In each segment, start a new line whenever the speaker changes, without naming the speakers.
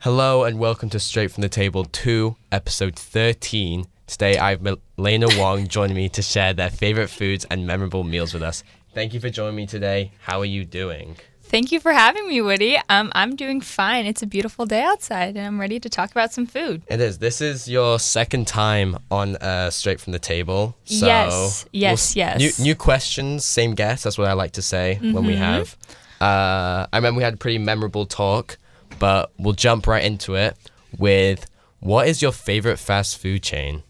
Hello and welcome to Straight from the Table 2, episode 13. Today I have Milena Wong joining me to share their favorite foods and memorable meals with us. Thank you for joining me today. How are you doing?
Thank you for having me, Woody. Um, I'm doing fine. It's a beautiful day outside, and I'm ready to talk about some food.
It is. This is your second time on uh, Straight from the Table. So
Yes, yes,
we'll s-
yes. Mm-hmm.
New, new questions, same guess. That's what I like to say when we have. Uh, I remember we had a pretty memorable talk, but we'll jump right into it with what is your favorite fast food chain?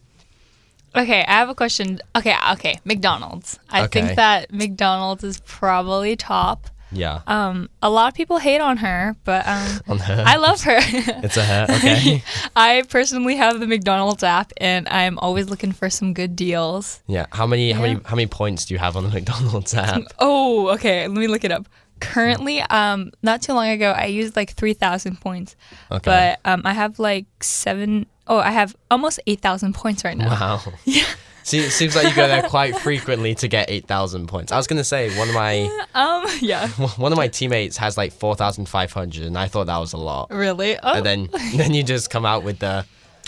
Okay, I have a question. Okay, okay, McDonald's. I
Okay.
think that McDonald's is probably top.
Yeah.
Um, a lot of people hate on her, but um,
on her.
I love her.
It's a her. Okay.
I personally have the McDonald's app, and I'm always looking for some good deals.
yeah. How many? How
Yeah.
many? How many points do you have on the McDonald's app?
Oh, okay. Let me look it up. Currently, um, not too long ago, I used like three thousand points,
Okay.
but um, I have like seven oh I have almost eight thousand points right now.
Wow. Yeah. See, it seems like you go there quite frequently to get eight thousand points. I was gonna say one of my
Um, yeah,
one of my teammates has like four thousand five hundred, and I thought that was a lot.
really. Oh,
And then then you just come out with the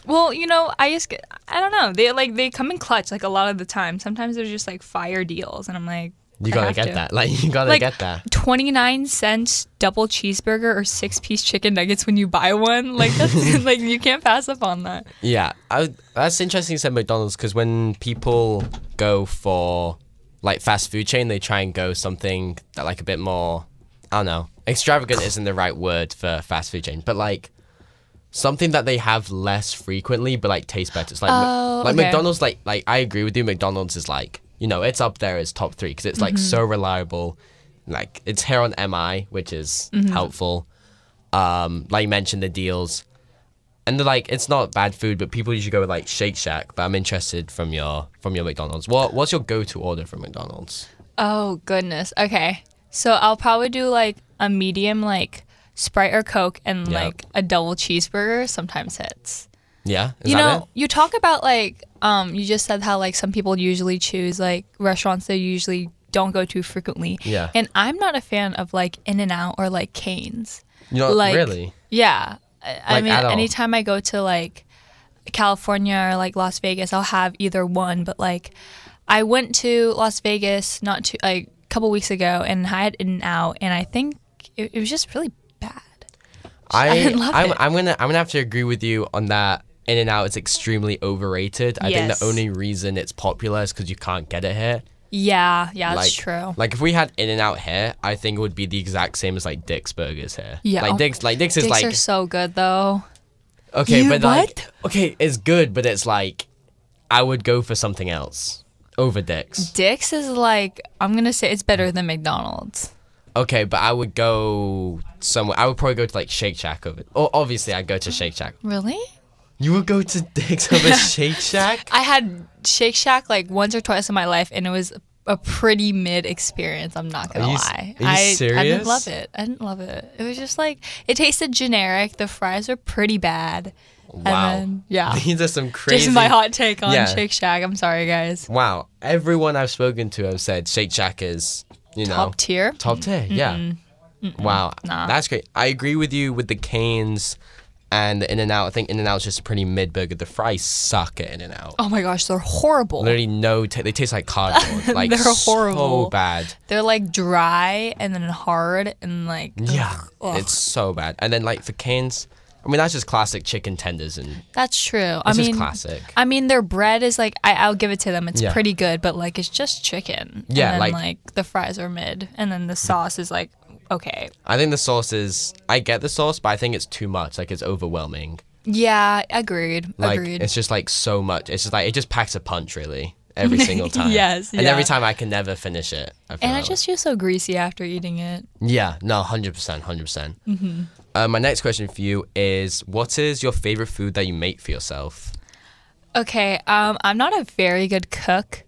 well, you know, I just get- I don't know. They like they come in clutch like a lot of the time. Sometimes they're just like fire deals, and I'm like,
you
I
gotta
have
get
to.
that. Like you gotta
Like
get that.
twenty nine cent double cheeseburger or six piece chicken nuggets when you buy one. Like that's like you can't pass up on that.
Yeah, I, would- that's interesting. You said McDonald's because when people go for like fast food chain, they try and go something that like a bit more. I don't know. Extravagant isn't the right word for fast food chain, but like something that they have less frequently, but like tastes better. It's like
Oh,
like
okay.
McDonald's. Like like I agree with you. McDonald's is like you know it's up there as top three because it's
Mm-hmm.
like so reliable. Like it's here on MI, which is
Mm-hmm.
helpful. Um, like you mentioned the deals. And they're like, it's not bad food, but people usually go with like Shake Shack. But I'm interested from your from your McDonald's. What what's your go-to order from McDonald's?
Oh goodness. Okay. So I'll probably do like a medium like Sprite or Coke and
Yeah.
like a double cheeseburger sometimes hits.
Yeah, is
you
that
know, you talk about like um you just said how like some people usually choose like restaurants they usually don't go to frequently.
Yeah.
And I'm not a fan of like In and Out or like Canes.
it? You know,
like
Oh, really?
Yeah. I, I
Like
mean
at all?
anytime I go to like California or like Las Vegas, I'll have either one, but like I went to Las Vegas not too like a couple weeks ago and I had in and out and I think it, it was just really bad.
I,
didn't love
am
it.
I'm gonna I'm gonna have to agree with you on that. In and out is extremely overrated. I think
Yes.
the only reason it's popular is because you can't get it here.
Yeah, yeah,
Like,
that's true.
Like if we had In and Out here, I think it would be the exact same as like Dick's Burgers here.
Yeah,
like
oh,
Dick's like Dick's,
Dicks
is like
are so good though.
Okay,
You
but like
what?
okay, it's good, but it's like I would go for something else over Dick's.
Dick's is like I'm gonna say it's better than McDonald's.
Okay, but I would go somewhere. I would probably go to like Shake Shack over. Oh, obviously I'd go to Shake Shack.
Really?
You would go to Dick's over Shake Shack?
I had Shake Shack like once or twice in my life, and it was a pretty mid experience. I'm not gonna
Are you s-
lie.
are you
I, I
serious?
didn't love it. I didn't love it. It was just like it tasted generic. The fries were pretty bad.
Wow.
And then, yeah.
These are some crazy.
Just my hot take on
Yeah.
Shake Shack. I'm sorry, guys.
Wow, everyone I've spoken to have said Shake Shack is you know
Top tier.
Top tier, yeah. Wow,
Nah.
that's great. I agree with you with the canes and the In and Out. I think In and Out is just a pretty mid burger. The fries suck at In and Out.
Oh my gosh, they're horrible.
Literally no, ta they taste like cardboard. Like
They're
So
horrible.
bad.
They're like dry and then hard and like ugh,
Yeah,
ugh.
it's so bad. And then like for canes, I mean that's just classic chicken tenders and
That's true. I
This is
mean,
classic.
I mean, their bread is like I, I'll give it to them. It's
Yeah.
pretty good, but like it's just chicken.
Yeah,
and then,
like- Mm-hmm.
like, the fries are mid, and then the sauce is like okay.
I think the sauce is. I get the sauce, but I think it's too much. Like it's overwhelming.
Yeah, agreed.
Like
agreed.
it's just like so much. It's just like it just packs a punch really every single time.
Yes,
And every
yeah.
time I can never finish it. I feel
and
that
I
way.
just feel so greasy after eating it.
Yeah, no, hundred percent, hundred percent.
Mm-hmm.
Uh, My next question for you is: What is your favorite food that you make for yourself?
Okay, um, I'm not a very good cook,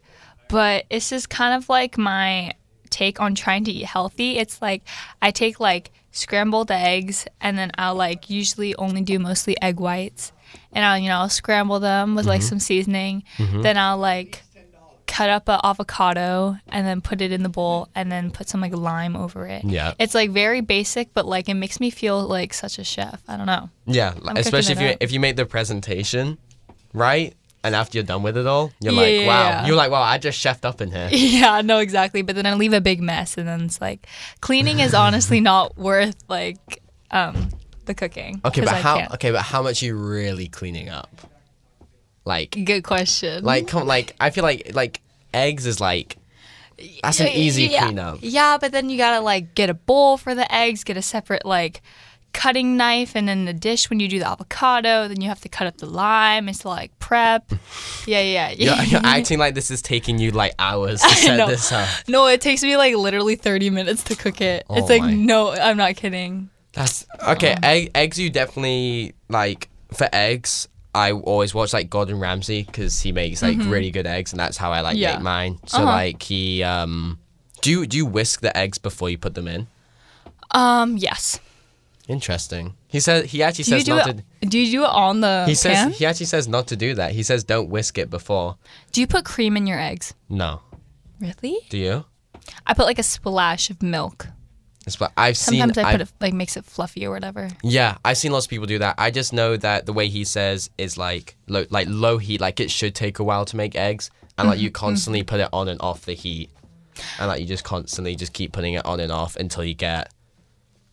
but this is kind of like my take on trying to eat healthy. It's like I take like scrambled eggs, and then I'll like usually only do mostly egg whites, and I'll you know I'll scramble them with like some seasoning. Then I'll like cut up an avocado and then put it in the bowl and then put some like lime over it.
Yeah.
It's like very basic, but like it makes me feel like such a chef. I don't know.
Yeah,
I'm
especially if
cooking it
you
up.
if you make the presentation, right? And after you're done with it all, you're
Yeah,
like,
yeah,
wow.
yeah.
You're like, wow, I just chefed up in here.
Yeah, no, exactly. But then I leave a big mess, and then it's like cleaning is honestly not worth like um the cooking.
Okay,
'cause
but
I
how?
can't.
Okay, but how much are you really cleaning up? Like,
Good question.
like, come, like, I feel like like eggs is like that's an
Yeah,
easy
yeah.
cleanup.
Yeah, but then you gotta like get a bowl for the eggs, get a separate like cutting knife, and then the dish when you do the avocado. Then you have to cut up the lime. It's like prep. Yeah, yeah,
You're,
yeah.
you're acting like this is taking you like hours to set
know.
this up.
no, it takes me like literally thirty minutes to cook it.
Oh
it's like
my.
no, I'm not kidding.
That's okay.
Uh-huh.
Egg, eggs, you definitely like for eggs. I always watch like Gordon Ramsay because he makes like really good eggs, and that's how I like
Mm-hmm. Yeah. Uh-huh.
make mine. So like he um, do you, do you whisk the eggs before you put them in?
Um, yes.
Interesting. He said he actually
Do you
says
do
not
it?
to.
Do you do it on the
He says
pan?
he actually says not to do that. He says don't whisk it before.
Do you put cream in your eggs?
No,
Really?
do you?
I put like a splash of milk.
It's what I've
Sometimes
seen.
I
I've-
put it like makes it fluffy or whatever.
Yeah, I've seen lots of people do that. I just know that the way he says is like low, like low heat. Like it should take a while to make eggs, and like you
Mm-hmm.
constantly put it on and off the heat, and like you just constantly just keep putting it on and off until you get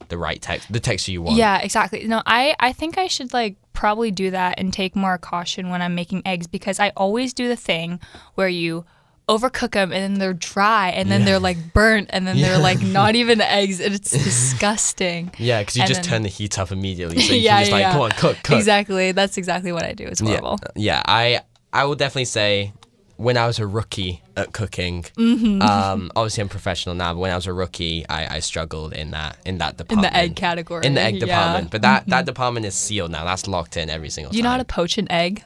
the right text, the texture you want.
Yeah, exactly. No, I I think I should like probably do that and take more caution when I'm making eggs because I always do the thing where you overcook them and then they're dry and then they're like burnt and then they're like not even eggs and it's disgusting.
Yeah, because you
And
just
then-
turn the heat up immediately, so you
Yeah,
can just like,
yeah.
come on, cook, cook.
Exactly. That's exactly what I do. It's horrible.
Yeah, Uh, yeah, I I will definitely say when I was a rookie at cooking,
Mm-hmm.
um, obviously I'm professional now, but when I was a rookie, I, I struggled in that in that
In
department.
the egg category.
in the egg
Yeah.
department. But that that department is sealed now. That's locked in every single
Do you know
time.
how to poach an egg?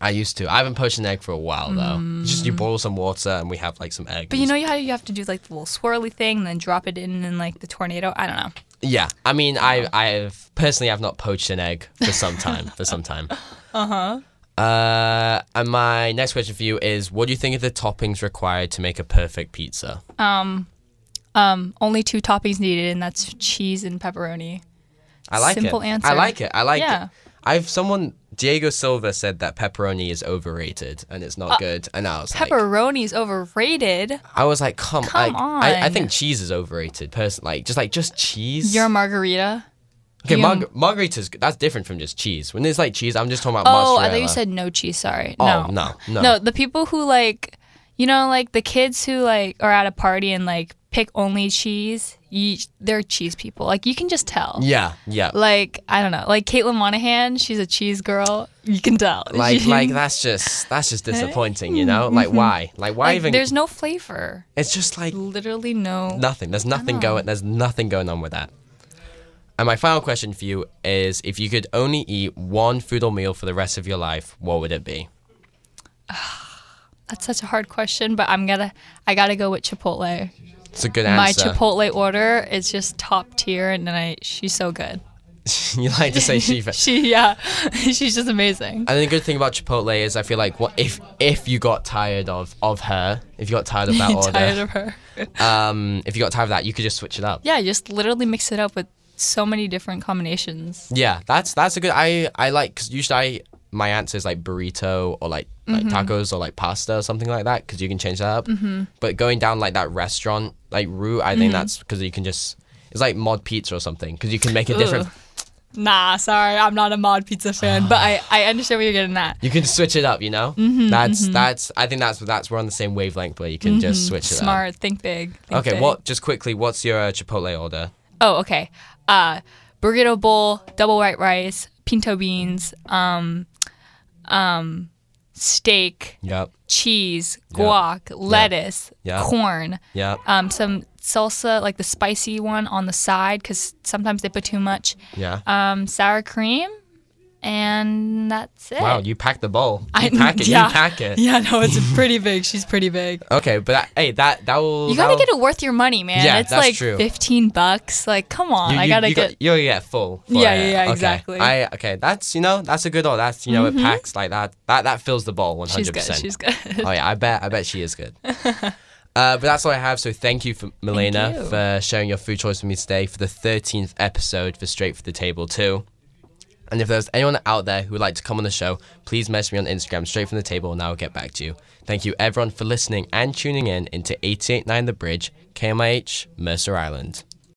I used to. I haven't poached an egg for a while though. It's Just you boil some water and we have like some eggs.
Mm. But you know how you have to do like the little swirly thing and then drop it in and like the tornado? I don't know.
Yeah. I mean, I I've personally I've not poached an egg for some time. for some time. Uh-huh. Uh And my next question for you is: What do you think of the toppings required to make a perfect pizza?
Um, only two toppings needed, and that's cheese and pepperoni.
I like
simple
it. I
answer.
like it. I like
Yeah.
it. I've someone Diego Silva said that pepperoni is overrated and it's not good, and I was like,
Uh, Pepperoni is overrated.
I was like, come,
Come
like, I, I
on.
think cheese is overrated. Person, like, just like just cheese.
Your margarita.
okay,
you-
marg- margaritas. That's different from just cheese. When it's like cheese, I'm just talking about
Oh, I
mozzarella.
thought you said no cheese. Sorry.
Oh,
No.
no, no.
No, the people who like, you know, like the kids who like are at a party and like pick only cheese. You, they're cheese people. Like you can just tell.
Yeah, yeah.
Like I don't know. Like Caitlin Monahan, she's a cheese girl. You can tell.
Like,
She-
like that's just that's just disappointing. You know, like why? Like why
Mm-hmm. like,
even?
there's no flavor.
It's just like
Literally no.
nothing. There's nothing going. There's nothing going on with that. And my final question for you is: If you could only eat one food or meal for the rest of your life, what would it be?
That's such a hard question, but I'm gonna. I gotta go with Chipotle.
It's a good
My
answer.
Chipotle order is just top tier, and then I she's so good.
you like to say Shiva.
She yeah, she's just amazing.
And the good thing about Chipotle is, I feel like what if if you got tired of of her, if you got tired of that order,
Tired of her.
um, if you got tired of that, you could just switch it up.
Yeah, just literally mix it up with so many different combinations.
Yeah, that's that's a good. I I like because usually I my answer is like burrito or like like
Mm-hmm.
tacos or like pasta or something like that because you can change that up. But going down like that restaurant like route, I
Mm-hmm.
think that's because you can just it's like mod pizza or something because you can make a different.
Ugh. Nah, sorry, I'm not a mod pizza fan, but I I understand where you're getting at.
You can switch it up, you know.
Mm-hmm,
that's that's. I think that's that's we're on the same wavelength where you can just switch it up.
Mm-hmm. Smart, think big. think
Okay,
big.
what? Just quickly, what's your uh, Chipotle order?
Oh, okay. Uh, burrito bowl, double white rice, pinto beans, um, um, steak,
Yep.
cheese, guac, lettuce,
Yeah.
corn,
Yeah.
um, some salsa, like the
uh,
spicy one on the side, because sometimes they put too much.
yeah.
Um, sour cream and that's it.
Wow, you pack the bowl.
I-
You pack it.
yeah.
You pack it.
Yeah, no, it's pretty big. She's pretty big.
Okay, but that, hey, that that will.
You gotta
that'll-
get it worth your money, man.
Yeah,
it's
that's
like
true.
fifteen bucks. Like, come on,
You,
I
you-
gotta
you
get.
got- you'll get full. for
Yeah,
it.
yeah, yeah,
Okay.
exactly. Mm-hmm.
I okay. That's you know that's a good one. That's you know it packs like that. That that fills the bowl one
she's
hundred
good.
percent.
She's good.
Oh yeah, I bet I bet she is good. uh, but that's all I have. So thank you, for, Milena,
you.
for sharing your food choice with me today for the thirteenth episode for Straight for the Table Two. And if there's anyone out there who would like to come on the show, please message me on Instagram, straight from the table, and I will get back to you. Thank you, everyone, for listening and tuning in into 889 The Bridge, KMIH, Mercer Island.